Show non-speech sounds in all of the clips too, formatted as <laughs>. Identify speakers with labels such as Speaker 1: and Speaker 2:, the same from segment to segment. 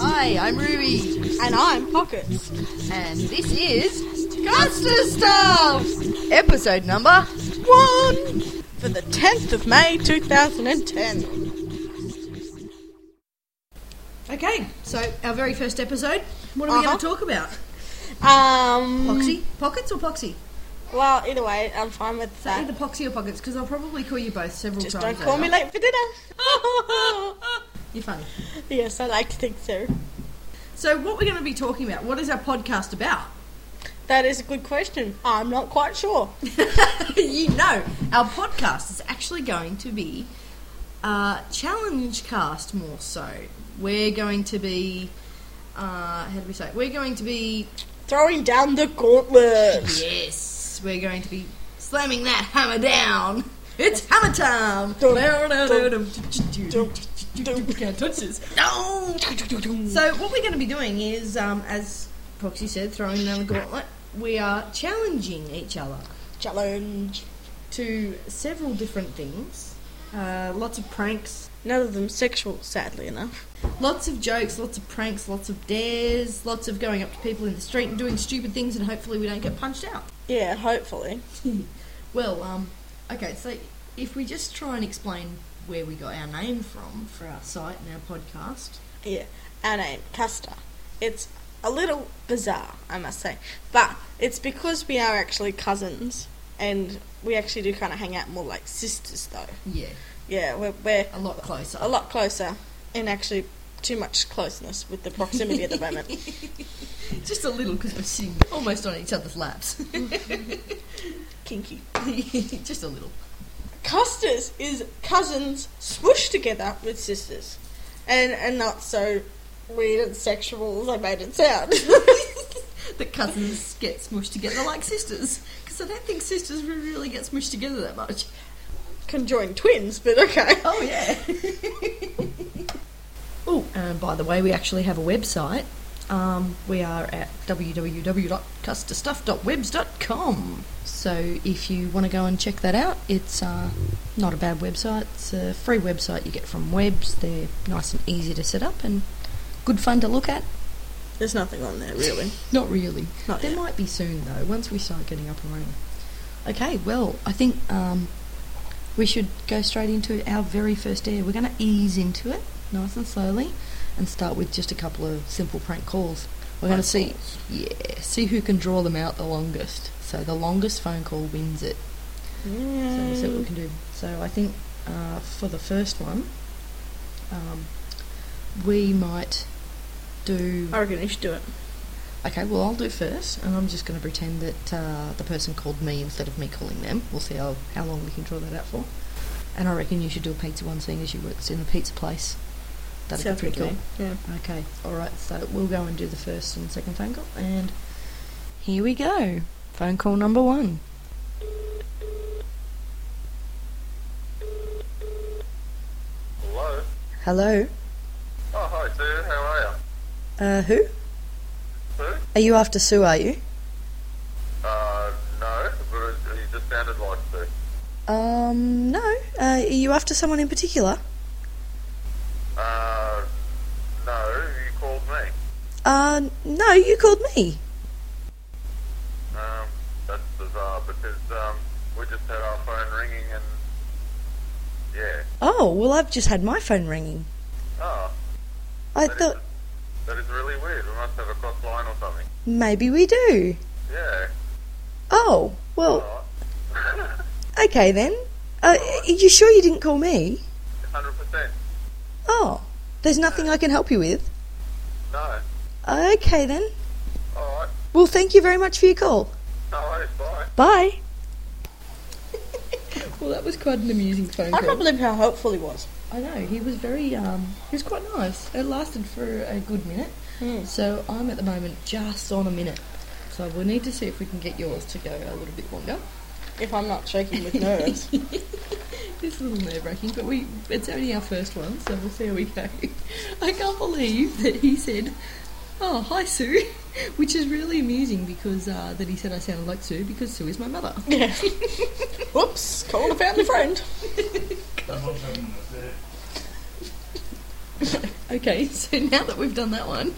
Speaker 1: Hi, I'm Ruby,
Speaker 2: And I'm Pockets.
Speaker 1: and this is Custer Stuff! Episode number
Speaker 2: One! For the 10th of May 2010.
Speaker 3: Okay, so our very first episode. What are we
Speaker 2: Uh-huh.
Speaker 3: going to talk about?
Speaker 1: Mm.
Speaker 2: Um.
Speaker 3: Poxy? Pockets or Poxy?
Speaker 2: Well, either way, I'm fine with
Speaker 1: Uh.
Speaker 3: So either
Speaker 2: that.
Speaker 3: Poxy or Pockets, because I'll probably call you both several
Speaker 2: Just
Speaker 3: times.
Speaker 2: don't call me
Speaker 3: later.
Speaker 2: late for dinner.
Speaker 3: You're funny.
Speaker 2: <laughs> yes, I like to think so.
Speaker 3: So, what we're going to be talking about? What is our podcast about?
Speaker 1: <laughs>
Speaker 2: That is a good question. I'm not quite sure.
Speaker 3: you know, our podcast is actually going to be uh, challenge cast more so. We're going to be. Uh, how do we say? it? We're going to be.
Speaker 2: Throwing down the gauntlet.
Speaker 3: Yes, we're going to be slamming that hammer down. It's hammer time. Can't touch this. No. So what we're going to be doing is, um, as Proxy said, throwing down the gauntlet. We are challenging each other
Speaker 2: Challenge.
Speaker 3: to several different things. Uh, lots of pranks,
Speaker 2: None of them sexual, sadly enough.
Speaker 3: lots of jokes, lots of pranks, lots of dares, lots of going up to people in the street and doing stupid things, and hopefully we don't get punched out.
Speaker 2: Yeah, hopefully.
Speaker 3: Well, um, okay, so if we just try and explain where we got our name from for our site and our podcast.
Speaker 2: Yeah, our name, Custer. It's a little bizarre, I must say. But it's because we are actually cousins and we actually do kind of hang out more like sisters, though.
Speaker 3: Yeah, Oh,
Speaker 2: Yeah, we're, we're
Speaker 3: a lot closer.
Speaker 2: a lot closer and actually too much closeness with the proximity at the moment.
Speaker 3: <laughs> Just a little because we're sitting almost on each other's laps.
Speaker 2: Kinky.
Speaker 3: <laughs> just a little.
Speaker 2: Custers is cousins swooshed together with sisters. And, and not so weird and sexual as I made it sound.
Speaker 3: <laughs>
Speaker 2: <laughs>
Speaker 3: The cousins get smushed together like sisters because I don't think sisters re- really get smushed together that much.
Speaker 2: Conjoined twins, but okay.
Speaker 3: <laughs> Oh yeah. oh, and by the way, we actually have a website. Um, we are at www.custerstuff.webs.com. So if you want to go and check that out, it's uh, not a bad website. It's a free website you get from Webs. They're nice and easy to set up and good fun to look at.
Speaker 2: There's nothing on there, really.
Speaker 3: Not really.
Speaker 2: Not
Speaker 3: there
Speaker 2: yet.
Speaker 3: might be soon though, once we start getting up and running. Okay, well, I think um, we should go straight into our very first air. We're going to ease into it, nice and slowly, and start with just a couple of simple prank calls. We're going to see, yeah, see who can draw them out the longest. So the longest phone call wins it. So we'll see what we can do. So I think uh, for the first one, um, we might do.
Speaker 2: I reckon you should do it.
Speaker 3: Okay, well, I'll do first, and I'm just going to pretend that uh, the person called me instead of me calling them. We'll see how, how long we can draw that out for. And I reckon you should do a pizza one seeing as you worked in a pizza place. That'd
Speaker 2: Sounds
Speaker 3: be
Speaker 2: good
Speaker 3: pretty cool.
Speaker 2: to me. Yeah.
Speaker 3: Okay, alright, so we'll go and do the first and second phone call, and here we go. Phone call number one.
Speaker 4: Hello.
Speaker 3: Hello?
Speaker 4: Oh, hi, Sue. How are you?
Speaker 3: Uh, who?
Speaker 4: Sue?
Speaker 3: Are you after Sue, are you?
Speaker 4: Uh, no, but you just sounded like Sue.
Speaker 3: Um, no. Uh, are you after someone in particular?
Speaker 4: Uh, no, you called me.
Speaker 3: Uh, no, you called me.
Speaker 4: Um, that's bizarre because, um, we just had our phone ringing and, yeah.
Speaker 3: Oh, well, I've just had my phone ringing.
Speaker 4: Oh,
Speaker 3: I
Speaker 4: that is- that is really weird. We must have a cross line or something.
Speaker 3: Maybe we do.
Speaker 4: Yeah.
Speaker 3: Oh, well,
Speaker 4: Alright. <laughs>
Speaker 3: okay then. Uh, are you sure you didn't call me?
Speaker 4: 100%.
Speaker 3: Oh, there's nothing I can help you with.
Speaker 4: No.
Speaker 3: Okay then.
Speaker 4: Alright.
Speaker 3: Well, thank you very much for your call.
Speaker 4: No worries. Bye.
Speaker 3: Bye. <laughs> well, that was quite an amusing phone
Speaker 2: I can't believe how helpful he was.
Speaker 3: I know he was very. Um, he was quite nice. It lasted for a good minute. So I'm at the moment just on a minute. So we'll need to see if we can get yours to go a little bit longer.
Speaker 2: If I'm not shaking with <laughs> nerves.
Speaker 3: It's a little nerve wracking, but we it's only our first one, so we'll see how we go. <laughs> I can't believe that he said, Oh, hi Sue, <laughs> which is really amusing because uh, that he said I sounded like Sue because Sue is my mother.
Speaker 2: yeah. Whoops, called a family friend.
Speaker 3: okay, <laughs> so now that we've done that one,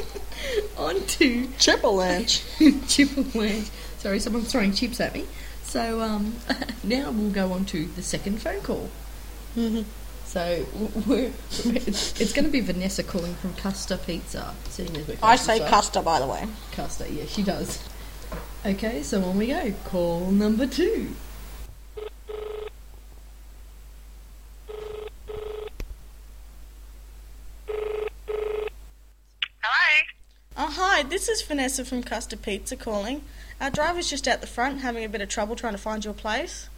Speaker 3: <laughs> on to <laughs>
Speaker 2: Triple Lynch.
Speaker 3: chip away. Sorry, someone's throwing chips at me. So um, <laughs> now we'll go on to the second phone call.
Speaker 2: Mm-hmm.
Speaker 3: So <laughs> w- we're, it's, it's going to be Vanessa calling from Custer Pizza. Seeing as we're
Speaker 2: I
Speaker 3: close to
Speaker 2: say
Speaker 3: the-
Speaker 2: Custer, by the way.
Speaker 3: Custer, yeah, she does. Okay, so on we go. Call number two.
Speaker 2: Oh, hi, this is Vanessa from Custer Pizza calling. Our driver's just out the front having a bit of trouble trying to find your place.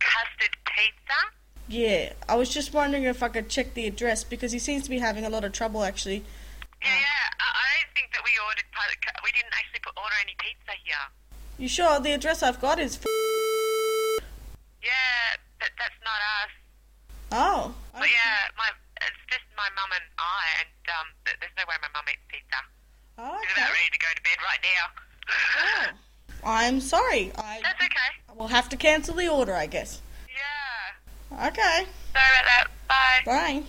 Speaker 5: custard pizza.
Speaker 2: Yeah, I was just wondering if I could check the address because he seems to be having a lot of trouble actually.
Speaker 5: Yeah, yeah. I, I don't think that we ordered. pu- cu- We didn't actually put order any pizza here.
Speaker 2: You sure? The address I've got is. F-
Speaker 5: Yeah, but that's not us.
Speaker 2: oh.
Speaker 5: But yeah, my it's just my mum and I, and um, th- there's no way my mum eats pizza.
Speaker 2: Oh,
Speaker 5: She's
Speaker 2: okay.
Speaker 5: about ready to go to bed right now.
Speaker 2: Oh. I'm sorry. I
Speaker 5: <laughs> That's okay.
Speaker 2: will have to cancel the order, I guess.
Speaker 5: Yeah.
Speaker 2: Okay.
Speaker 5: Sorry about that. Bye.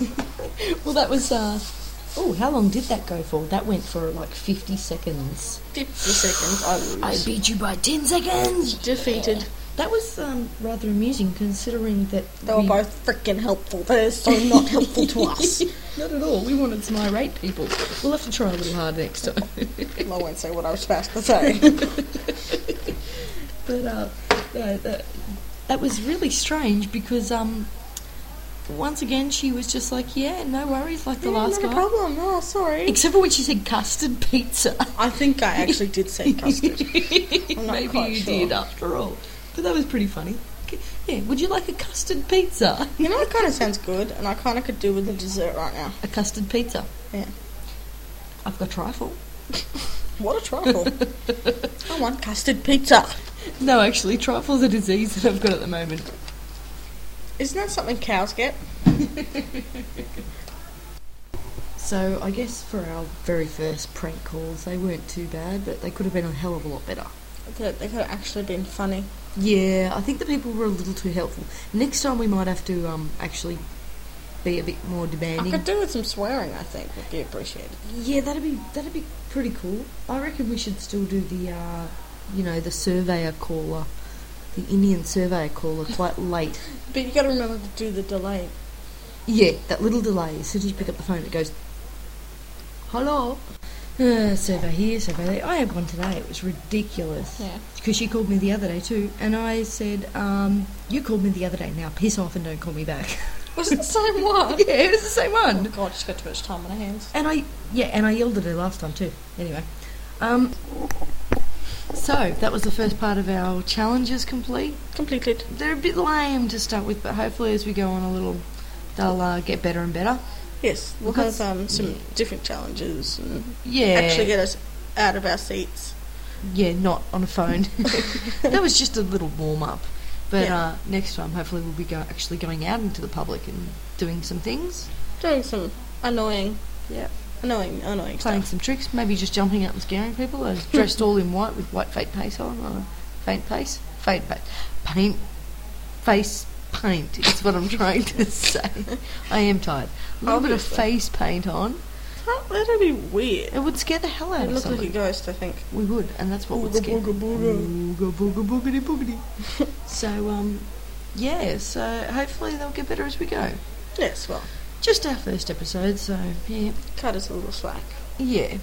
Speaker 2: Bye.
Speaker 3: Well, that was. Uh, oh, how long did that go for? That went for like 50 seconds.
Speaker 2: 50 seconds. I lose.
Speaker 3: beat you by 10 seconds.
Speaker 2: defeated.
Speaker 3: That was um, rather amusing considering that
Speaker 2: They were
Speaker 3: we-
Speaker 2: both freaking helpful. They're so not helpful to <laughs> us.
Speaker 3: <laughs> Not at all. We wanted some irate people. We'll have to try a little harder next time.
Speaker 2: I won't say what I was about to <laughs> say.
Speaker 3: but uh, that, that, that was really strange because um, once again she was just like, "Yeah, no worries," like the last
Speaker 2: not a
Speaker 3: guy.
Speaker 2: problem. Oh, sorry.
Speaker 3: Except for when she said custard pizza.
Speaker 2: I think I actually did <laughs>
Speaker 3: <laughs>
Speaker 2: say custard. I'm not
Speaker 3: Maybe
Speaker 2: quite
Speaker 3: you
Speaker 2: sure.
Speaker 3: did after all. But that was pretty funny. Okay, Yeah, would you like a custard pizza?
Speaker 2: You know, it kind of sounds good, and I kind of could do with a dessert right now.
Speaker 3: A custard pizza.
Speaker 2: Yeah.
Speaker 3: I've got trifle.
Speaker 2: What a <laughs> trifle. I want custard pizza.
Speaker 3: No, actually, trifle's a disease that I've got at the moment.
Speaker 2: Isn't that something cows get?
Speaker 3: So I guess for our very first prank calls, they weren't too bad, but they could have been a hell of a lot better.
Speaker 2: That they could have actually been funny.
Speaker 3: Yeah, I think the people were a little too helpful. Next time we might have to um actually be a bit more
Speaker 2: I
Speaker 3: demanding.
Speaker 2: could do with some swearing, I think, would be appreciated.
Speaker 3: Yeah, that'd be that'd be pretty cool. I reckon we should still do the uh, you know, the surveyor caller, the Indian surveyor caller, quite late.
Speaker 2: But you gotta remember to do the delay.
Speaker 3: Yeah, that little delay. As soon as you pick up the phone, it goes, "Hello." Uh, survey here, survey there. I had one today. It was ridiculous.
Speaker 2: Yeah.
Speaker 3: Because she called me the other day too, and I said, um, "You called me the other day. Now piss off and don't call me back." <laughs>
Speaker 2: Was it the same one? <laughs>
Speaker 3: yeah, it was the same
Speaker 2: Oh
Speaker 3: one.
Speaker 2: god, she's got too much time on her hands.
Speaker 3: And I yeah, and I yelled at her last time too. Anyway, um, so that was the first part of our challenges complete.
Speaker 2: Completed.
Speaker 3: They're a bit lame to start with, but hopefully as we go on a little, they'll uh, get better and better.
Speaker 2: Yes, we'll
Speaker 3: Because- Mm.
Speaker 2: have um, some different challenges and
Speaker 3: Yeah.
Speaker 2: actually get us out of our seats.
Speaker 3: Yeah, not on a phone. <laughs> that was just a little warm up. But
Speaker 2: Yeah.
Speaker 3: uh, next time, hopefully, we'll be go- actually going out into the public and doing some things.
Speaker 2: Doing some annoying,
Speaker 3: Yeah.
Speaker 2: annoying, annoying
Speaker 3: Playing
Speaker 2: stuff.
Speaker 3: some tricks, maybe just jumping out and scaring people. I was dressed all in white with white fake paint on, or faint face, faint pa- paint, face paint is what I'm trying to say. I am tired. A little bit of
Speaker 2: Obviously.
Speaker 3: face paint on,
Speaker 2: That, that'd be weird.
Speaker 3: it would scare the hell out
Speaker 2: It
Speaker 3: of
Speaker 2: looks like a
Speaker 3: somebody.
Speaker 2: ghost, I think.
Speaker 3: We would, and that's what would
Speaker 2: Ooga
Speaker 3: scare. Mm.
Speaker 2: booga booga.
Speaker 3: Booga booga boogity boogity. <laughs> so um, yeah. So hopefully they'll get better as we go.
Speaker 2: Yes, well,
Speaker 3: Just our first episode, so yeah,
Speaker 2: cut us a little slack.
Speaker 3: yeah,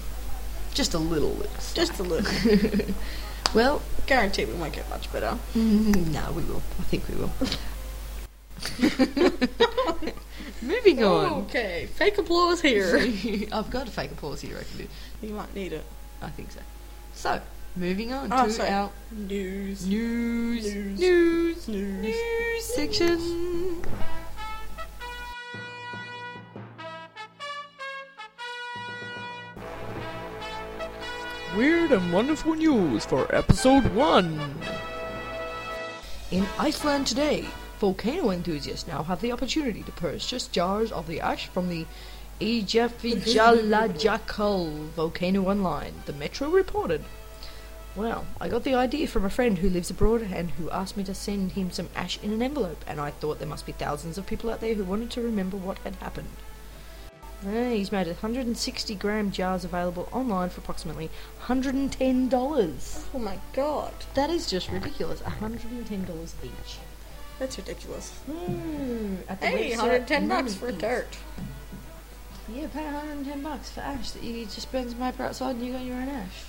Speaker 3: just a little. bit.
Speaker 2: Just a
Speaker 3: <laughs>
Speaker 2: little.
Speaker 3: Well,
Speaker 2: Guarantee we won't get much better.
Speaker 3: mm, no, we will. I think we will. Moving on.
Speaker 2: Okay, fake applause here.
Speaker 3: <laughs> I've got a fake applause here. I can do.
Speaker 2: you might need it.
Speaker 3: I think so. So moving on
Speaker 2: Oh,
Speaker 3: to
Speaker 2: sorry.
Speaker 3: our
Speaker 2: News.
Speaker 3: news,
Speaker 2: News.
Speaker 3: news,
Speaker 2: News.
Speaker 3: news section.
Speaker 6: Weird and Wonderful News for Episode 1.
Speaker 3: In Iceland today, volcano enthusiasts now have the opportunity to purchase jars of the ash from the Eyjafjallajökull volcano online, the Metro reported. Well, I got the idea from a friend who lives abroad and who asked me to send him some ash in an envelope, and I thought there must be thousands of people out there who wanted to remember what had happened. Eh, he's made 160 gram jars available online for approximately $110.
Speaker 2: Oh my god,
Speaker 3: That is just ridiculous. $110 each.
Speaker 2: that's ridiculous.
Speaker 3: Hmm. at the
Speaker 2: Hey,
Speaker 3: website,
Speaker 2: 110 bucks
Speaker 3: money
Speaker 2: for
Speaker 3: is-
Speaker 2: dirt.
Speaker 3: Yeah, pay 110 bucks for ash that you just burn some paper outside and you got your own ash.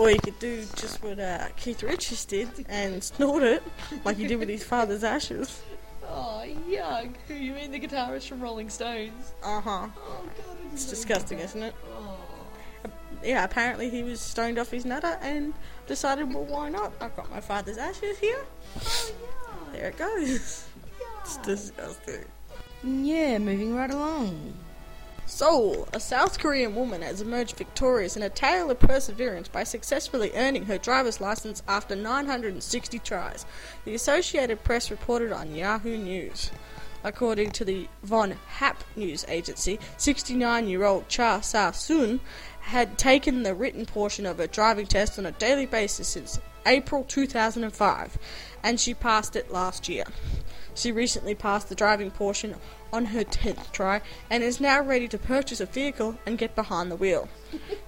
Speaker 2: Or you could do just what uh, Keith Richards did and snort it like he did with his father's ashes.
Speaker 3: Oh, yuck. Who you mean the guitarist from Rolling Stones?
Speaker 2: Uh huh.
Speaker 3: Oh, God.
Speaker 2: It's disgusting, isn't it? Yeah, apparently he was stoned off his nutter and decided, well, why not? I've got my father's ashes here. There it goes. <laughs> It's disgusting.
Speaker 3: Yeah, moving right along.
Speaker 2: Seoul, a South Korean woman has emerged victorious in a tale of perseverance by successfully earning her driver's license after 960 tries. The Associated Press reported on Yahoo News. According to the Von Hap news agency, 69 year old Cha Sa Soon had taken the written portion of her driving test on a daily basis since April 2005, and she passed it last year. She recently passed the driving portion on her 10th try and is now ready to purchase a vehicle and get behind the <laughs> wheel.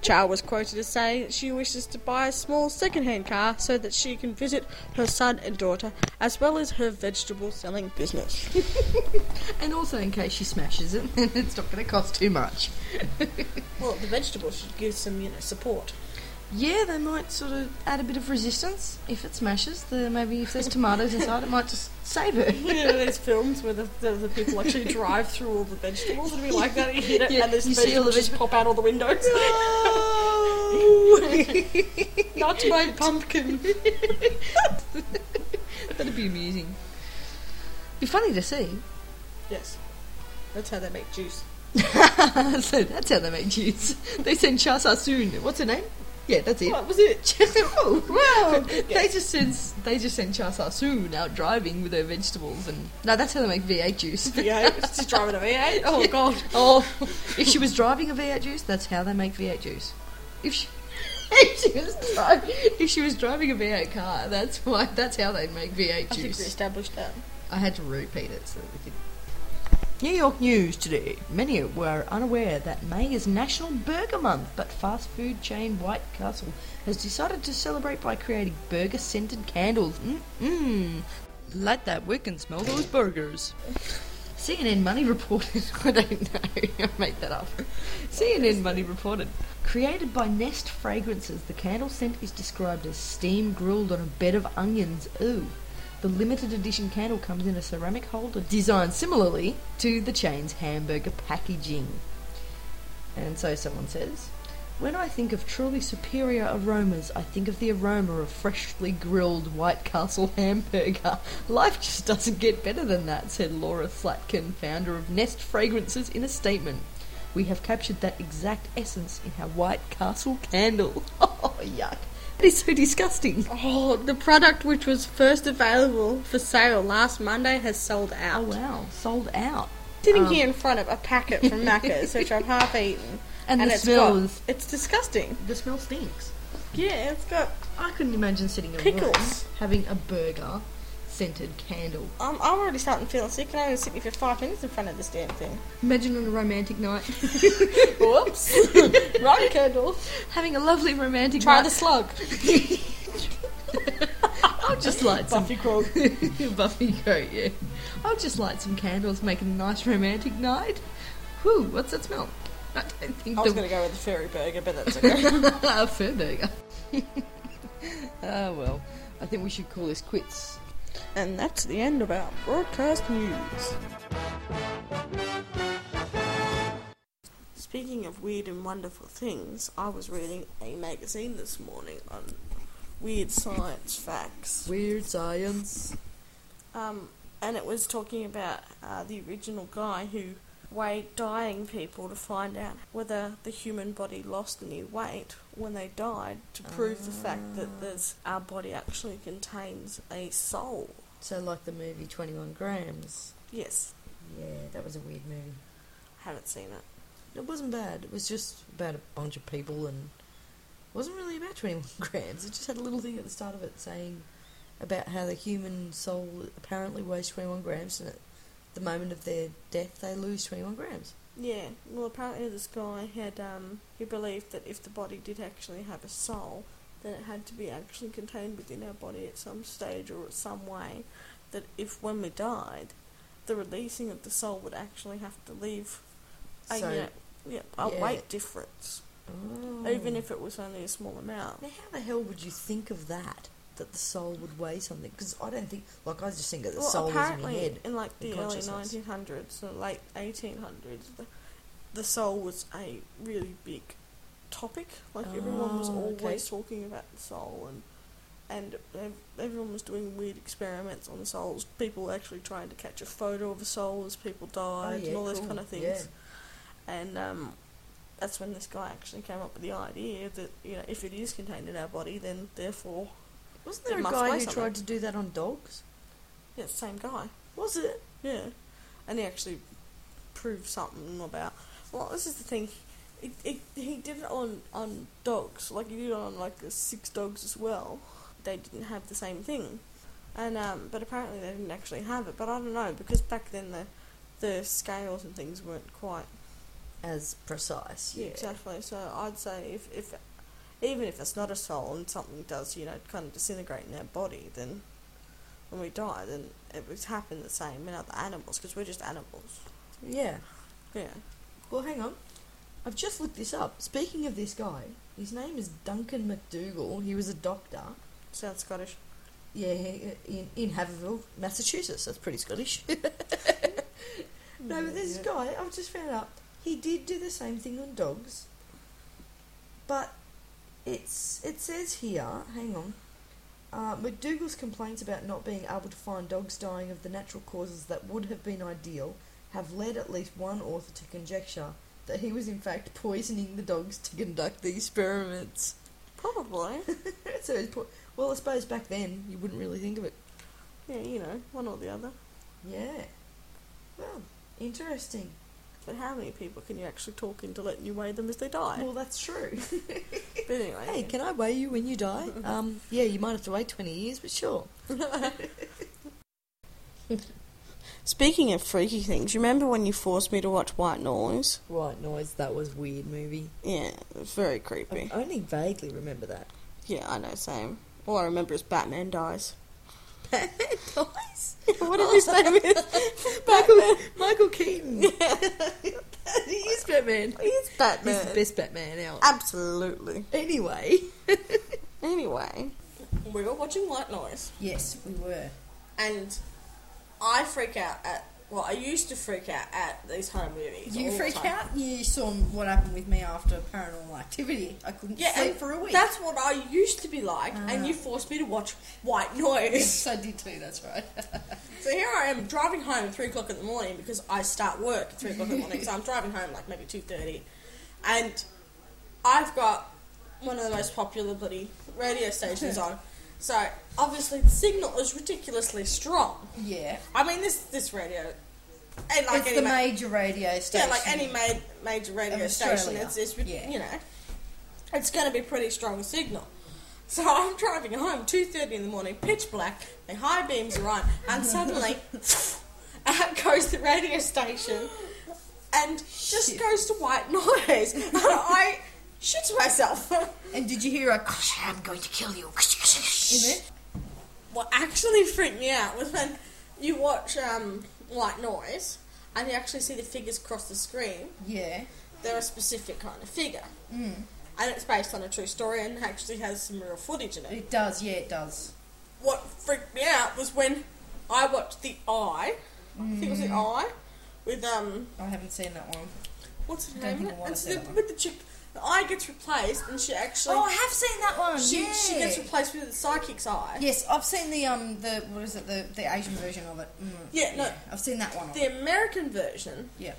Speaker 2: Chow was quoted as saying that she wishes to buy a small second-hand car so that she can visit her son and daughter as well as her vegetable selling business.
Speaker 3: And also, in case she smashes it, <laughs> then it's not going to cost too much.
Speaker 2: Well, the vegetables should give some, you know, support.
Speaker 3: Yeah, they might sort of add a bit of resistance if it smashes. The, maybe if there's tomatoes inside, it might just save
Speaker 2: <laughs> You
Speaker 3: her.
Speaker 2: know those films where the, the, the people <laughs> actually drive through all the vegetables <laughs> and be like that, you hit
Speaker 3: <laughs>
Speaker 2: it,
Speaker 3: Yeah,
Speaker 2: and this
Speaker 3: you see all
Speaker 2: vegetables
Speaker 3: the
Speaker 2: just pop out all the windows.
Speaker 3: <laughs>
Speaker 2: Not my pumpkin.
Speaker 3: That'd be amusing. Be funny to see.
Speaker 2: Yes, that's how they make juice.
Speaker 3: <laughs> so that's how they make juice. They send Cha Sa Soon. What's her name? Yeah, that's it.
Speaker 2: What
Speaker 3: <laughs>
Speaker 2: was it?
Speaker 3: oh, wow!
Speaker 2: Good
Speaker 3: They just send they just send Cha Sa Soon out driving with her vegetables and no, that's how they make V8
Speaker 2: <laughs>
Speaker 3: juice.
Speaker 2: Yeah, it's just driving a <laughs> V8. Oh god.
Speaker 3: Oh, if she was driving a V8 juice, that's how they make V8 juice. If she, <laughs> if she was driving, if she was driving a V8 car, that's why. That's how they make V8
Speaker 2: I think we
Speaker 3: juice.
Speaker 2: established that.
Speaker 3: I had to repeat it so that we could. New York news today. Many were unaware that May is National Burger Month, but fast food chain White Castle has decided to celebrate by creating burger scented candles. Mm-mm. Light that wick and smell those burgers. CNN Money reported. <laughs> I don't know. I made that up. CNN Money reported. Created by Nest Fragrances, the candle scent is described as steam grilled on a bed of onions. Ooh. The limited edition candle comes in a ceramic holder designed similarly to the chain's hamburger packaging. And so someone says, When I think of truly superior aromas, I think of the aroma of freshly grilled White Castle <laughs> hamburger. Life just doesn't get better than that, said Laura Slatkin, founder of Nest Fragrances, in a statement. We have captured that exact essence in our White Castle candle. <laughs> Oh, yuck. That is so disgusting.
Speaker 2: Oh, the product which was first available for sale last Monday has sold out.
Speaker 3: Oh, wow. Sold out.
Speaker 2: Sitting here in front of a packet <laughs> from Macca's, which I've half eaten,
Speaker 3: And, the
Speaker 2: it's
Speaker 3: smell
Speaker 2: got-
Speaker 3: is.
Speaker 2: it's disgusting.
Speaker 3: The smell stinks.
Speaker 2: Yeah, it's got.
Speaker 3: I couldn't imagine sitting in a room
Speaker 2: Pickles.
Speaker 3: having a burger scented candle.
Speaker 2: I'm, I'm already starting feeling sick, and I only sit me for five minutes in front of this damn thing.
Speaker 3: Imagine on a romantic <laughs> night
Speaker 2: Whoops! Wrong candle.
Speaker 3: <laughs> having a lovely romantic
Speaker 2: Try
Speaker 3: night.
Speaker 2: the slug.
Speaker 3: <laughs> I'll just light some
Speaker 2: Buffy Krog.
Speaker 3: <laughs> Buffy go, yeah. I'll just light some candles, make it a nice romantic night. Whew, what's that smell? I don't think
Speaker 2: I was
Speaker 3: the
Speaker 2: gonna go with the fairy burger, but that's okay.
Speaker 3: <laughs> a fur burger. Ah well. I think we should call this quits.
Speaker 2: and that's the end of our broadcast news. Speaking of weird and wonderful things, I was reading a magazine this morning on weird science facts.
Speaker 3: Weird science.
Speaker 2: Um, and it was talking about uh, the original guy who weighed dying people to find out whether the human body lost any weight when they died to prove the fact that there's, our body actually contains a soul.
Speaker 3: So like the movie Twenty One Grams.
Speaker 2: Yes,
Speaker 3: Yeah, that was a weird movie.
Speaker 2: haven't seen it.
Speaker 3: It wasn't bad. It was just about a bunch of people and wasn't really about 21 <laughs> grams. It just had a little thing at the start of it saying about how the human soul apparently weighs 21 grams, and at the moment of their death, they lose 21 grams.
Speaker 7: Yeah, well, apparently this guy had, um, he believed that if the body did actually have a soul, then it had to be actually contained within our body at some stage or some way. That if when we died, the releasing of the soul would actually have to leave a,
Speaker 3: So-
Speaker 7: yeah, yeah, a
Speaker 3: yeah.
Speaker 7: weight difference,
Speaker 3: Oh.
Speaker 7: even if it was only a small amount.
Speaker 3: Now, how the hell would you think of that? That the soul would weigh something? Because I don't think, like, I just think that the
Speaker 7: well,
Speaker 3: soul is in your
Speaker 7: apparently,
Speaker 3: head.
Speaker 7: in like the
Speaker 3: in
Speaker 7: early
Speaker 3: consciousness.
Speaker 7: 1900s or late 1800s, the, the soul was a really big topic. Like everyone was
Speaker 3: Oh,
Speaker 7: always
Speaker 3: okay.
Speaker 7: talking about the soul, and and ev- everyone was doing weird experiments on souls. People were actually trying to catch a photo of a soul as people died,
Speaker 3: Oh, yeah,
Speaker 7: and all those
Speaker 3: cool,
Speaker 7: kind of things.
Speaker 3: yeah.
Speaker 7: And um, that's when this guy actually came up with the idea that you know if it is contained in our body, then therefore,
Speaker 3: Wasn't
Speaker 7: It
Speaker 3: there a
Speaker 7: must
Speaker 3: guy
Speaker 7: weigh
Speaker 3: who
Speaker 7: something.
Speaker 3: tried to do that on dogs?
Speaker 7: yeah, it's the same guy.
Speaker 3: Was it?
Speaker 7: Yeah, and he actually proved something about. Well, this is the thing. It, it, he did it on on dogs, like he did it on like the six dogs as well. They didn't have the same thing, and um, but apparently they didn't actually have it. But I don't know because back then the the scales and things weren't quite
Speaker 3: As precise, yeah.
Speaker 7: exactly. So I'd say if if even if it's not a soul and something does you know kind of disintegrate in our body, then when we die, then it would happen the same in other animals because we're just animals.
Speaker 3: Yeah.
Speaker 7: Yeah.
Speaker 3: Well, hang on. I've just looked this up. Speaking of this guy, his name is Duncan McDougall. He was a doctor.
Speaker 7: Sounds Scottish.
Speaker 3: Yeah, he- in, in Haverhill, Massachusetts. That's pretty Scottish. <laughs> no, but this guy, I've just found out, he did do the same thing on dogs. But it's it says here, hang on. Uh, McDougall's complaints about not being able to find dogs dying of the natural causes that would have been ideal have led at least one author to conjecture that he was in fact <laughs> poisoning the dogs to conduct the experiments. <laughs>
Speaker 7: Probably.
Speaker 3: so, it's po- well, I suppose back then you wouldn't really think of it.
Speaker 7: yeah, you know, one or the other.
Speaker 3: Yeah. Well, interesting.
Speaker 7: But how many people can you actually talk into letting you weigh them as they die?
Speaker 3: Well, that's true. <laughs>
Speaker 7: but anyway.
Speaker 3: hey, can I weigh you when you <laughs> die? Um, yeah, you might have to wait 20 years, but sure.
Speaker 7: Speaking of freaky things, you remember when you forced me to watch White Noise?
Speaker 3: White Noise, that was weird movie.
Speaker 7: Yeah, it was very
Speaker 3: I
Speaker 7: creepy.
Speaker 3: only vaguely remember <laughs> that.
Speaker 7: Yeah, I know, same. All I remember is Batman dies.
Speaker 3: Batman dies?
Speaker 7: what did his name is?
Speaker 3: Oh. <laughs> Michael, Michael Keaton. <laughs> he is Batman.
Speaker 7: He's
Speaker 3: He's the
Speaker 7: Batman.
Speaker 3: best Batman out.
Speaker 7: Absolutely.
Speaker 3: Anyway.
Speaker 7: Anyway, we were watching White Noise.
Speaker 3: yes, we were.
Speaker 7: and I freak out at well, I used to freak out at these horror movies. all
Speaker 2: You
Speaker 7: the
Speaker 2: freak
Speaker 7: time.
Speaker 2: out? You saw what happened with me after paranormal activity. I couldn't
Speaker 7: Yeah,
Speaker 2: sleep
Speaker 7: and
Speaker 2: for a week. Ah.
Speaker 7: That's what I used to be like, and you forced me to watch White <laughs> Noise.
Speaker 2: Yes, I did too, that's
Speaker 3: <laughs>
Speaker 2: right.
Speaker 7: so here I am driving home at three o'clock in the morning because I start work at three o'clock in the morning. so I'm driving home like maybe two thirty, and I've got one of the most popular bloody
Speaker 2: <laughs>
Speaker 7: radio stations on. So obviously the signal is ridiculously strong.
Speaker 2: yeah.
Speaker 7: I mean this this radio, ain't like
Speaker 2: it's
Speaker 7: any
Speaker 2: the
Speaker 7: ma-
Speaker 2: major radio station.
Speaker 7: Yeah, like any ma- major radio
Speaker 2: Of
Speaker 7: station,
Speaker 2: Australia.
Speaker 7: it's, it's
Speaker 2: Yeah.
Speaker 7: you know, it's going to be pretty strong signal. So <laughs> I'm driving home, two thirty in the morning, pitch black. The high beams are on, and suddenly, <laughs> out goes the radio station, and just goes to white noise. <laughs> And I shit myself. <laughs>
Speaker 2: And did you hear a
Speaker 3: I'm going to kill you.
Speaker 7: what actually freaked me out was when you watch um, white noise, and you actually see the figures cross the screen.
Speaker 2: Yeah.
Speaker 7: they're a specific kind of figure.
Speaker 2: Mm.
Speaker 7: And it's based on a true story and actually has some real footage in it.
Speaker 2: It does, yeah, it does.
Speaker 7: What freaked me out was when I watched The Eye. I think it was The Eye. With, um,
Speaker 2: Mm. I haven't seen that one.
Speaker 7: what's her
Speaker 2: Don't
Speaker 7: name?
Speaker 2: think
Speaker 7: in it?
Speaker 2: I wanna
Speaker 7: It's
Speaker 2: see
Speaker 7: the,
Speaker 2: that one.
Speaker 7: with the chick. The eye gets replaced and she actually.
Speaker 2: Oh, I have seen that one.
Speaker 7: she,
Speaker 2: yeah.
Speaker 7: she gets replaced with the psychic's eye.
Speaker 2: Yes, I've seen the um the what is it the the Asian version of it. Mm,
Speaker 7: Yeah, no.
Speaker 2: I've seen that one.
Speaker 7: The American version,
Speaker 2: yeah,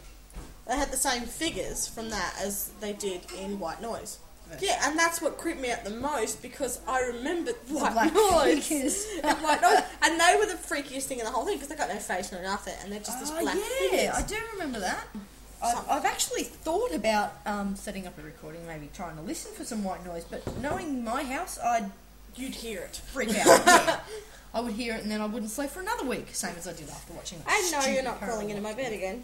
Speaker 7: they had the same figures from that as they did in White Noise.
Speaker 2: Right.
Speaker 7: Yeah, and that's what creeped me out the most because I remembered White
Speaker 2: black
Speaker 7: Noise.
Speaker 2: figures.
Speaker 7: and White Noise. And they were
Speaker 3: Ah,
Speaker 7: the freakiest thing in the whole thing because they got no face, no nothing, and they're just this
Speaker 2: oh
Speaker 7: black
Speaker 2: yeah,
Speaker 7: figures.
Speaker 2: I do remember that.
Speaker 3: I've, I've actually thought about um, setting up a recording, maybe trying to listen for some white noise, but knowing my house, I'd
Speaker 7: You'd hear it. <laughs>
Speaker 3: freak out. Yeah. I would hear it and then I wouldn't sleep for another week, same as I did after watching. that
Speaker 7: I know you're
Speaker 3: stupid
Speaker 7: not
Speaker 3: paranormal.
Speaker 7: falling into my bed again.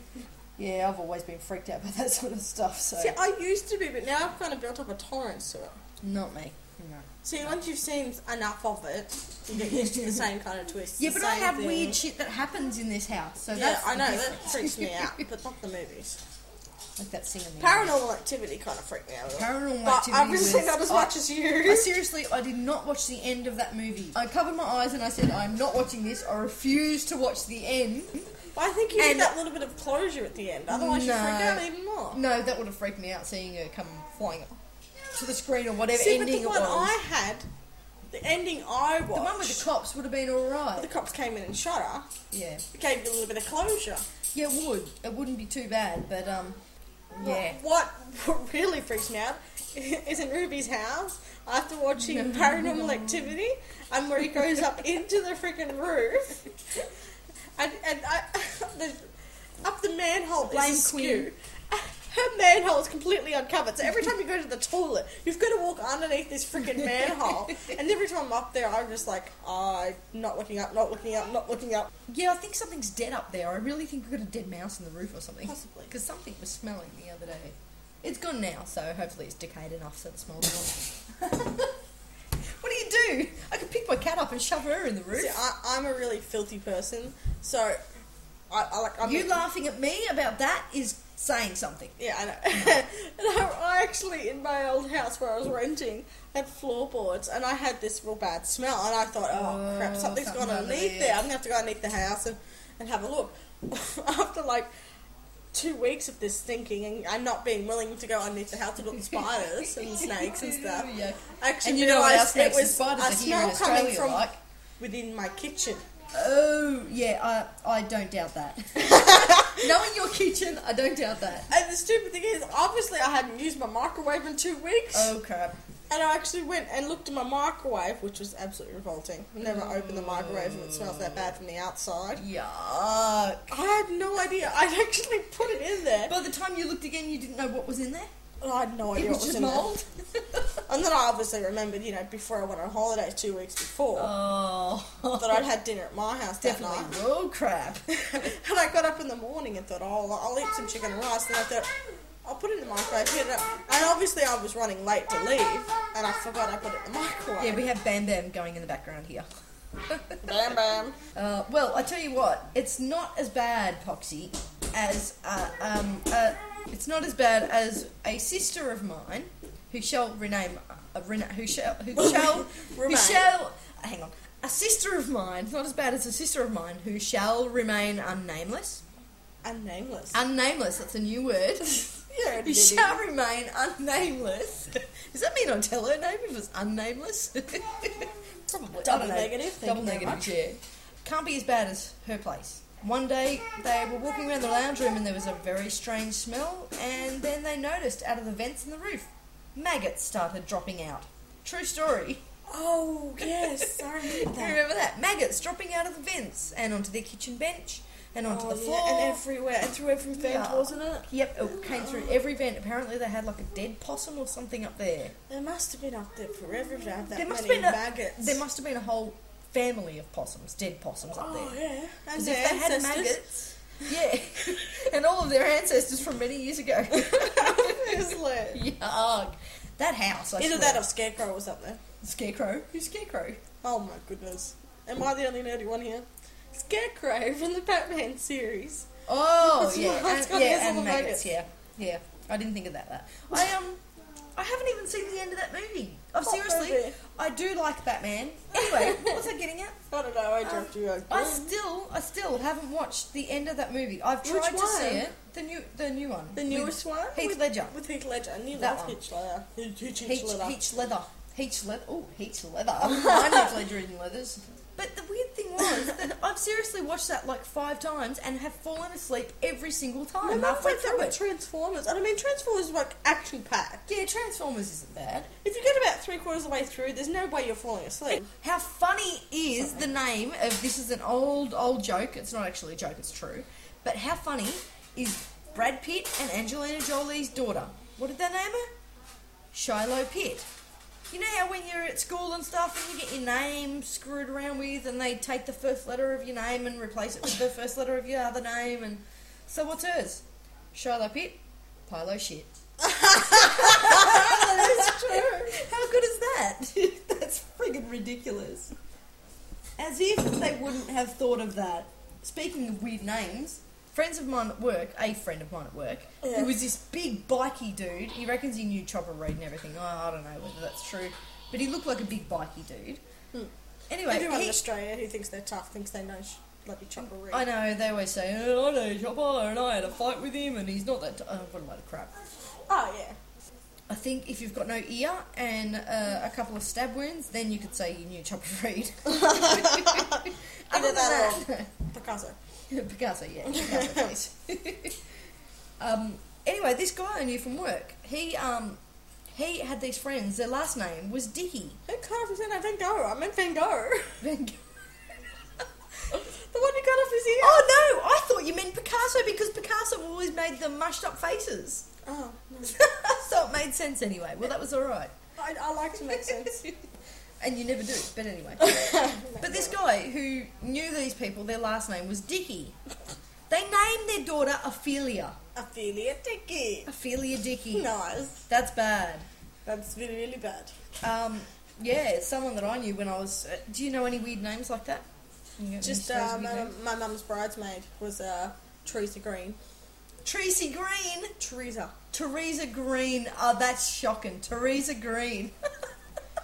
Speaker 3: Yeah, I've always been freaked out by that sort of stuff, so
Speaker 7: See, I used to be, but now I've kind of built up a tolerance to it.
Speaker 3: not me. No.
Speaker 7: See, once you've seen enough of it, you get used
Speaker 3: <laughs>
Speaker 7: to the same kind of twists.
Speaker 3: Yeah,
Speaker 7: the
Speaker 3: but I
Speaker 7: same
Speaker 3: have
Speaker 7: thing.
Speaker 3: weird shit that happens in this house, so
Speaker 7: Yeah,
Speaker 3: that's
Speaker 7: I
Speaker 3: the
Speaker 7: know that
Speaker 3: difference. <laughs>
Speaker 7: freaks me out, but not the movies.
Speaker 3: like that scene in the
Speaker 7: Paranormal Activity kind of freaked me out. a little.
Speaker 3: Paranormal
Speaker 7: but
Speaker 3: Activity
Speaker 7: I've really seen
Speaker 3: was-
Speaker 7: that as
Speaker 3: I-
Speaker 7: much as
Speaker 3: I
Speaker 7: you.
Speaker 3: seriously, I did not watch the end of that movie. I covered my eyes and I said, I'm not watching this. I refuse to watch the end.
Speaker 7: But I think you need
Speaker 3: And-
Speaker 7: that little bit of closure at the end, otherwise you freak
Speaker 3: No.
Speaker 7: out even more.
Speaker 3: No, that would have freaked me out seeing her come flying up to the screen or whatever
Speaker 7: See, but
Speaker 3: ending
Speaker 7: the one
Speaker 3: it was.
Speaker 7: I had, the ending I watched,
Speaker 3: the one with the cops would have been
Speaker 7: the
Speaker 3: alright.
Speaker 7: cops came in and shot her,
Speaker 3: Yeah.
Speaker 7: it gave you a little bit of closure.
Speaker 3: Yeah, it would. It wouldn't be too bad, but, um, yeah.
Speaker 7: What, <laughs> what really freaks me out <laughs> is in Ruby's house after watching Paranormal Activity and where he goes up into the freaking roof and, and I, <laughs> the, up the manhole
Speaker 3: Blame
Speaker 7: is
Speaker 3: Queen.
Speaker 7: Queen. <laughs> Her manhole is completely uncovered, so every time you go to the toilet, you've got to walk underneath this
Speaker 3: <laughs>
Speaker 7: freaking manhole. and every time I'm up there, I'm just like, oh, not looking up, not looking up, not looking up.
Speaker 3: Yeah, I think something's dead up there. I really think we've got a dead mouse in the roof or something.
Speaker 7: Possibly.
Speaker 3: Because something was smelling the other day. It's gone now, so hopefully it's decayed enough so it smells gone. <laughs> what do you do? I could pick my cat up and shove her in the roof.
Speaker 7: See, I, I'm a really filthy person, so I, I like. I'm
Speaker 3: you laughing at me about that is saying something.
Speaker 7: Yeah, I know. <laughs> and I, I actually, in my old house where I was renting, had floorboards, and I had this real bad smell, and I thought, oh,
Speaker 3: Oh,
Speaker 7: crap, something's
Speaker 3: something
Speaker 7: gone underneath
Speaker 3: underneath.
Speaker 7: there. I'm gonna have to go underneath the house and, and have a look. <laughs> After like two weeks of this thinking and, and not being willing to go underneath the house to look at
Speaker 3: <laughs>
Speaker 7: spiders and snakes and stuff,
Speaker 3: Yeah.
Speaker 7: I actually
Speaker 3: And you know what
Speaker 7: realised
Speaker 3: else snakes
Speaker 7: it
Speaker 3: and
Speaker 7: was
Speaker 3: spiders
Speaker 7: a
Speaker 3: are here in
Speaker 7: smell coming
Speaker 3: Australia
Speaker 7: from
Speaker 3: like?
Speaker 7: within my kitchen.
Speaker 3: Oh, yeah, I, I don't doubt
Speaker 7: <laughs>
Speaker 3: that. Knowing your kitchen, I don't doubt that.
Speaker 7: And the stupid thing is, obviously, I hadn't used my microwave in two weeks.
Speaker 3: Oh, crap.
Speaker 7: And I actually went and looked in my microwave, which was absolutely revolting. Never opened the microwave and it smells that bad from the outside.
Speaker 3: Yuck.
Speaker 7: I had no idea. I'd actually put it in there.
Speaker 3: By the time you looked again, you didn't know what was in there?
Speaker 7: And I had no idea
Speaker 3: It
Speaker 7: what
Speaker 3: was just
Speaker 7: was in there.
Speaker 3: mould?
Speaker 7: <laughs> And then I obviously remembered, you know, before I went on holidays two weeks before,
Speaker 3: <laughs> Oh,
Speaker 7: that I'd had dinner at my house
Speaker 3: <laughs>
Speaker 7: that
Speaker 3: definitely.
Speaker 7: night.
Speaker 3: Oh crap! <laughs>
Speaker 7: <laughs> and I got up in the morning and thought, oh, I'll eat some chicken and rice. And I thought, I'll put it in the microwave. Heat it up. And obviously I was running late to leave and I forgot I put it in the microwave.
Speaker 3: yeah, we have Bam Bam going in the background here.
Speaker 7: Bam, bam.
Speaker 3: Uh, well, I tell you what, it's not as bad, Poxy, as uh, um, uh, it's not as bad as a sister of mine who shall rename uh, rena- who shall <laughs> who shall who
Speaker 7: Remain.
Speaker 3: shall hang on a sister of mine. It's not as bad as a sister of mine who shall remain unnameless.
Speaker 7: And nameless.
Speaker 3: Unnameless. That's a new word.
Speaker 7: <laughs> Yeah,
Speaker 3: You
Speaker 7: Diddy.
Speaker 3: shall remain
Speaker 7: <laughs>
Speaker 3: unnameless. Does that mean I'll tell her name if it's unnameless? <laughs> Probably. I
Speaker 7: Double
Speaker 3: don't know.
Speaker 7: negative, thank
Speaker 3: Double
Speaker 7: you very
Speaker 3: negative. Yeah. Can't be as bad as her place. One day they were walking around the lounge room and there was a very strange smell, and then they noticed out of the vents in the roof, maggots started dropping out. True story.
Speaker 7: Oh
Speaker 3: <laughs>
Speaker 7: yes, I remember
Speaker 3: You
Speaker 7: that.
Speaker 3: remember that? Maggots dropping out of the vents and onto their kitchen bench and onto
Speaker 7: Oh,
Speaker 3: the floor.
Speaker 7: yeah, and everywhere, and through every fan,
Speaker 3: Yeah.
Speaker 7: wasn't it?
Speaker 3: Yep, it came through every vent. Apparently, they had like a dead possum or something up there.
Speaker 7: There must have been up there forever to have that
Speaker 3: there must have
Speaker 7: many
Speaker 3: been a,
Speaker 7: maggots.
Speaker 3: There must have been a whole family of possums, dead possums up
Speaker 7: Oh
Speaker 3: there.
Speaker 7: yeah, and
Speaker 3: Because
Speaker 7: their
Speaker 3: if they had
Speaker 7: ancestors.
Speaker 3: maggots, yeah, <laughs> and all of their ancestors from many years ago. <laughs>
Speaker 7: <laughs> Obviously.
Speaker 3: Yuck! That house, I
Speaker 7: Either
Speaker 3: swear.
Speaker 7: that or Scarecrow was up there.
Speaker 3: scarecrow. Who's scarecrow?
Speaker 7: Oh my goodness, am I the only nerdy one here? Scarecrow from the Batman series.
Speaker 3: Oh
Speaker 7: Because
Speaker 3: yeah,
Speaker 7: your house
Speaker 3: and,
Speaker 7: got those
Speaker 3: yeah, and
Speaker 7: little
Speaker 3: maggots.
Speaker 7: maggots.
Speaker 3: Yeah, yeah. I didn't think of that. That I um, I haven't even seen the end of that movie. Oh,
Speaker 7: What
Speaker 3: seriously,
Speaker 7: movie?
Speaker 3: I do like Batman. <laughs> Anyway, what's I getting at?
Speaker 7: I don't know. I dropped you. again.
Speaker 3: Uh, I still, I still haven't watched the end of that movie. I've
Speaker 7: Which
Speaker 3: tried to see
Speaker 7: one?
Speaker 3: it. The new, the new one.
Speaker 7: the newest one
Speaker 3: Heath
Speaker 7: with,
Speaker 3: Ledger.
Speaker 7: With Heath Ledger, I knew
Speaker 3: That
Speaker 7: that
Speaker 3: one.
Speaker 7: Heath Ledger. Heath,
Speaker 3: With
Speaker 7: Heath,
Speaker 3: Heath,
Speaker 7: Ledger.
Speaker 3: Heath Leather. Heath Leather. Oh, Heath <laughs> Leather. I wouldn't mind Heath Ledger in leathers. But the weird thing was that I've seriously watched that like five times and have fallen asleep every single
Speaker 7: No,
Speaker 3: time
Speaker 7: but it's
Speaker 3: halfway
Speaker 7: like that
Speaker 3: through
Speaker 7: with
Speaker 3: it.
Speaker 7: Transformers, and I mean Transformers is like action packed.
Speaker 3: yeah, Transformers isn't bad.
Speaker 7: If you get about three quarters of the way through, there's no way you're falling <laughs> asleep.
Speaker 3: How funny is the name of this is an old old joke. It's not actually a joke, it's true. But how funny is Brad Pitt and Angelina Jolie's daughter. What did they name her? Shiloh Pitt. You know how when you're at school and stuff and you get your name screwed around with and they take the first letter of your name and replace it with the first letter of your other name and so what's hers? Shiloh Pitt, pile of shit. <laughs> that is true. How good is that? <laughs> That's friggin' ridiculous. As if they wouldn't have thought of that. Speaking of weird names, friends of mine at work, a friend of mine at work, who was this big bikey dude. He reckons he knew Chopper Reed and everything. I I don't know whether that's true, but he looked like a big bikey dude. Anyway,
Speaker 7: Hmm. Everyone
Speaker 3: he,
Speaker 7: in Australia who thinks they're tough thinks they know sh- bloody chopper reed.
Speaker 3: I know they always say, oh, "I know Chopper, and I had a fight with him, and he's not that." T-. Oh, what a load of crap!
Speaker 7: Oh yeah.
Speaker 3: I think if you've got no ear and uh, a couple of stab wounds, then you could say you knew Chopper
Speaker 7: <laughs>
Speaker 3: Reed.
Speaker 7: Either
Speaker 3: Other
Speaker 7: that
Speaker 3: than that-
Speaker 7: or Picasso.
Speaker 3: <laughs> Picasso, yeah. Picasso, please. <laughs> um, anyway, this guy I knew from work, he um, he had these friends. Their last name was Dicky. <laughs> Oh,
Speaker 7: Who carved his name? Van Gogh. I meant Van <laughs> Gogh.
Speaker 3: Van Gogh.
Speaker 7: the one who cut off his ear.
Speaker 3: Oh no! I thought you meant Picasso because Picasso always made the mushed up faces. <laughs>
Speaker 7: Oh, no.
Speaker 3: so it made sense anyway. Well, that was all right.
Speaker 7: I, I like to make <laughs> sense.
Speaker 3: and you never do, but anyway. but this guy who knew these people, their last name was Dicky. They named their daughter Ophelia.
Speaker 7: Ophelia Dicky.
Speaker 3: Ophelia Dicky.
Speaker 7: Nice.
Speaker 3: That's bad.
Speaker 7: That's really, really bad.
Speaker 3: Um, yeah, it's someone that I knew when I was. Uh, do you know any weird names like that? um, You got any
Speaker 7: Just
Speaker 3: those
Speaker 7: uh,
Speaker 3: weird
Speaker 7: my,
Speaker 3: names?
Speaker 7: my mum's bridesmaid was uh, Teresa Green.
Speaker 3: Tracy Green,
Speaker 7: Teresa.
Speaker 3: Teresa Green. Oh, that's shocking. Teresa Green.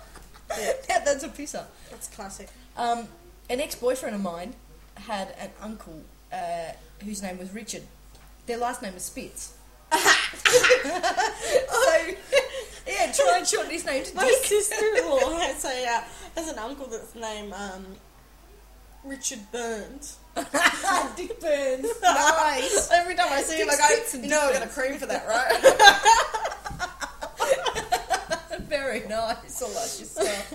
Speaker 3: <laughs> That- that's a pisser.
Speaker 7: That's classic.
Speaker 3: Um, an ex-boyfriend of mine had an uncle uh, whose name was Richard. Their last name was Spitz. <laughs> so, yeah, try and shorten his name to
Speaker 7: My
Speaker 3: Dick.
Speaker 7: sister-in-law <laughs> has a uh, has an uncle that's named um, Richard Burns.
Speaker 3: Dick Burns.
Speaker 7: <laughs>
Speaker 3: Nice.
Speaker 7: Every time I see him, I
Speaker 3: Dick Spitz
Speaker 7: go,
Speaker 3: and
Speaker 7: you know,
Speaker 3: Dick
Speaker 7: I got a
Speaker 3: Burns."
Speaker 7: cream for that, right?
Speaker 3: <laughs> Very nice. I like your stuff.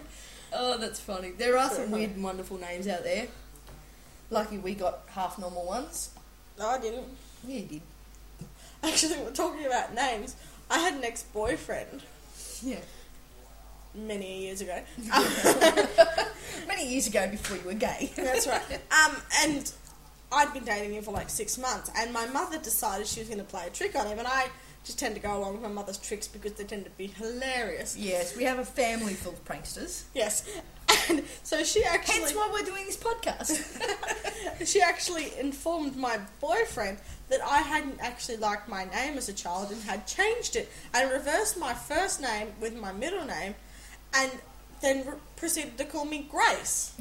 Speaker 3: Oh, that's funny. There are some weird and wonderful names out there. Lucky we got half normal ones.
Speaker 7: <laughs> no, I didn't.
Speaker 3: Yeah, you did.
Speaker 7: Actually, we're talking about names. I had an ex-boyfriend
Speaker 3: Yeah.
Speaker 7: many years <laughs> ago.
Speaker 3: Many years ago before you were
Speaker 7: <laughs>
Speaker 3: gay.
Speaker 7: That's right. Um, and I'd been dating him for like six months, and my mother decided she was going to play a trick on him, and I just tend to go along with my mother's tricks because they tend to be hilarious.
Speaker 3: yes, we have a family full of pranksters.
Speaker 7: Yes. <laughs> And so she actually
Speaker 3: Hence why we're doing this
Speaker 7: <laughs>
Speaker 3: podcast.
Speaker 7: she actually informed my boyfriend that I hadn't actually liked my name as a child and had changed it and reversed my first name with my middle name and then re- proceeded to call me
Speaker 3: <laughs>
Speaker 7: Grace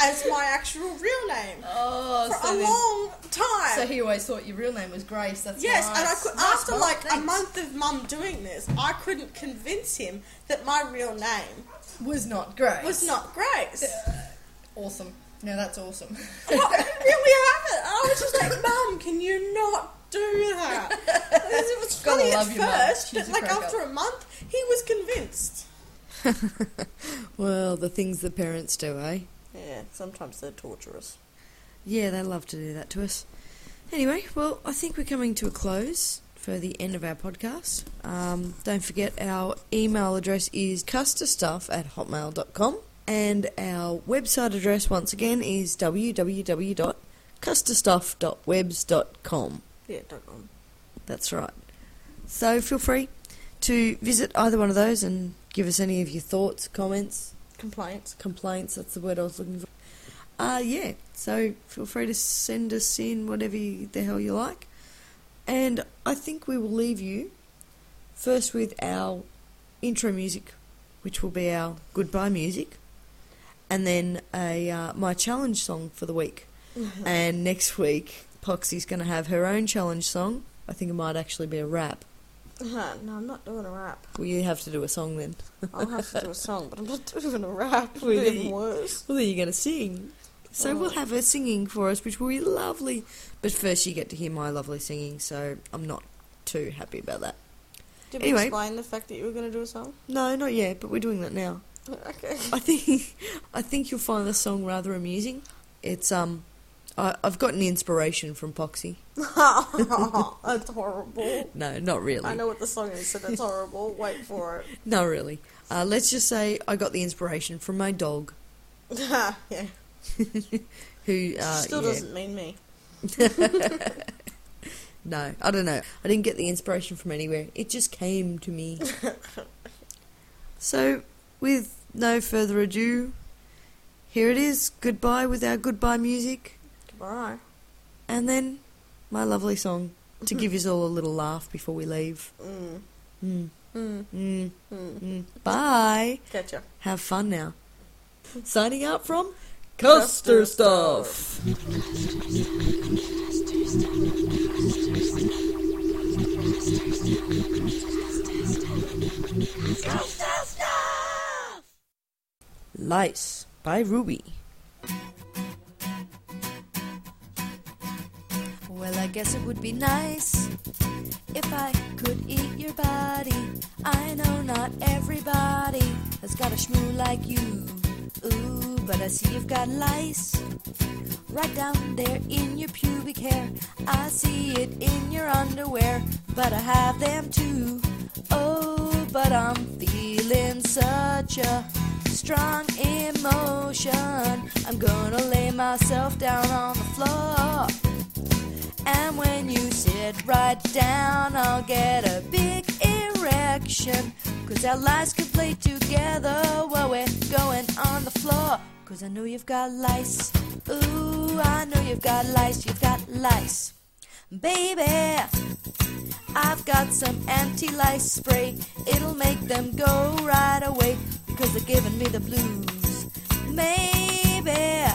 Speaker 7: as my actual real name
Speaker 3: oh,
Speaker 7: for
Speaker 3: so,
Speaker 7: a
Speaker 3: then-
Speaker 7: long time.
Speaker 3: so he always thought your real name was Grace. That's
Speaker 7: Yes,
Speaker 3: nice.
Speaker 7: and I could,
Speaker 3: Nice
Speaker 7: after
Speaker 3: one,
Speaker 7: like a
Speaker 3: thanks.
Speaker 7: month of mum doing this, I couldn't convince him that my real name
Speaker 3: was not Grace.
Speaker 7: was not Grace.
Speaker 3: awesome. No, that's awesome.
Speaker 7: Well,
Speaker 3: <laughs>
Speaker 7: you really haven't. I was just like, Mum, can you not do that? It was
Speaker 3: Gotta
Speaker 7: funny at
Speaker 3: love your mum.
Speaker 7: first,
Speaker 3: She's
Speaker 7: but
Speaker 3: a
Speaker 7: like
Speaker 3: cracker.
Speaker 7: after a month, he was convinced.
Speaker 8: Well, the things the parents do, eh?
Speaker 7: Yeah, sometimes they're torturous.
Speaker 8: Yeah, they love to do that to us. Anyway, well, I think we're coming to a close for the end of our podcast. Um, don't forget our email address is custerstuff at hotmail.com and our website address once again is www.custerstuff.webs.com.
Speaker 7: Yeah, don't know.
Speaker 8: That's right. So feel free to visit either one of those and give us any of your thoughts, comments,
Speaker 7: Complaints.
Speaker 8: complaints. That's the word I was looking for. Uh, yeah. So feel free to send us in whatever you, the hell you like. And I think we will leave you first with our intro music, which will be our goodbye music, and then a uh, my challenge song for the week. and next week, Poxy's going to have her own challenge song. I think it might actually be a rap.
Speaker 7: Uh, no, I'm not doing a rap.
Speaker 8: Well, you have to do a song then.
Speaker 7: I'll have to do a song, but I'm not doing a <laughs> rap. It'll
Speaker 8: Really?
Speaker 7: be even worse.
Speaker 8: Well, then you're going to sing. So we'll have her singing for us, which will be lovely. But first, you get to hear my lovely singing, so I'm not too happy about that.
Speaker 7: Did
Speaker 8: Anyway.
Speaker 7: we explain the fact that you were going to do a song?
Speaker 8: No, not yet, but we're doing that now.
Speaker 7: <laughs> Okay.
Speaker 8: <laughs> I think I think you'll find the song rather amusing. It's um I, I've gotten inspiration from Poxy.
Speaker 7: <laughs> that's horrible.
Speaker 8: No, not really.
Speaker 7: I know what the song is, so that's horrible. Wait for <laughs>
Speaker 8: No, really. Uh, let's just say I got the inspiration from my dog,
Speaker 7: it. yeah.
Speaker 8: who uh,
Speaker 7: Still
Speaker 8: yeah.
Speaker 7: doesn't mean me.
Speaker 8: No, I don't know. I didn't get the inspiration from anywhere. It just came
Speaker 7: <laughs>
Speaker 8: to me. so, with no further ado, here it is. Goodbye with our goodbye music,
Speaker 7: Goodbye.
Speaker 8: and then my lovely song to give us all a little laugh before we leave.
Speaker 7: <laughs> Mm.
Speaker 8: Mm,
Speaker 7: Mm.
Speaker 8: mm,
Speaker 7: Mm.
Speaker 8: mm. Bye.
Speaker 7: Gotcha.
Speaker 8: Have fun now. Signing out from Custer Stuff. Lice by Ruby.
Speaker 3: Well, I guess it would be nice if I could eat your body. I know not everybody has got a shmoo like you. Ooh, but I see you've got lice right down there in your pubic hair. I see it in your underwear, but I have them too. Oh, but I'm feeling such a strong emotion. I'm gonna lay myself down on the floor. And when you sit right down, I'll get a big erection. Cause our lice can play together while we're going on the floor. Cause I know you've got lice. Ooh, I know you've got lice, you've got lice. Baby, I've got some anti lice spray. It'll make them go right away because they're giving me the blues. Maybe.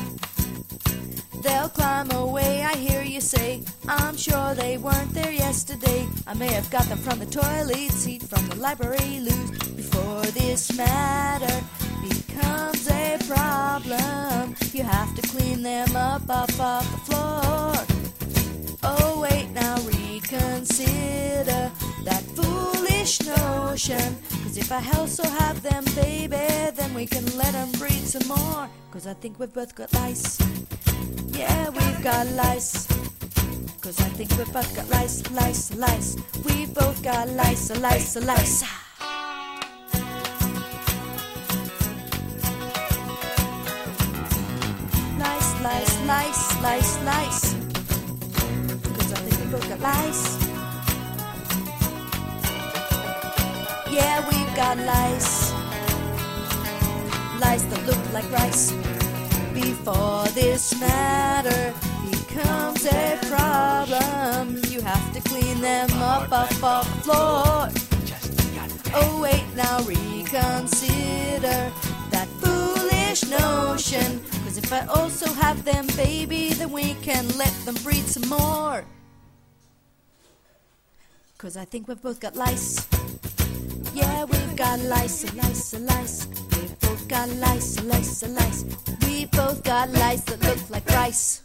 Speaker 3: They'll climb away, I hear you say. I'm sure they weren't there yesterday. I may have got them from the toilet seat, from the library loot. Before this matter becomes a problem, you have to clean them up off, off the floor. Oh, wait, now reconsider that foolish notion. Cause if I also have them, baby, then we can let them breed some more. Cause I think we've both got lice. Yeah, we've got lice. Cause I think we've both got lice, lice, lice. We've both got lice, lice, lice. Lice, lice, lice, lice, lice. Cause I think we both got lice. Yeah, we've got lice. Lice that look like rice. Before this matter becomes a problem, you have to clean them up off off the floor. Oh, wait, now reconsider that foolish notion. Cause if I also have them, baby, then we can let them breed some more. Cause I think we've both got lice. Yeah, we've got lice, lice, lice. We've both got lice, lice, lice. We both got lice that look like rice.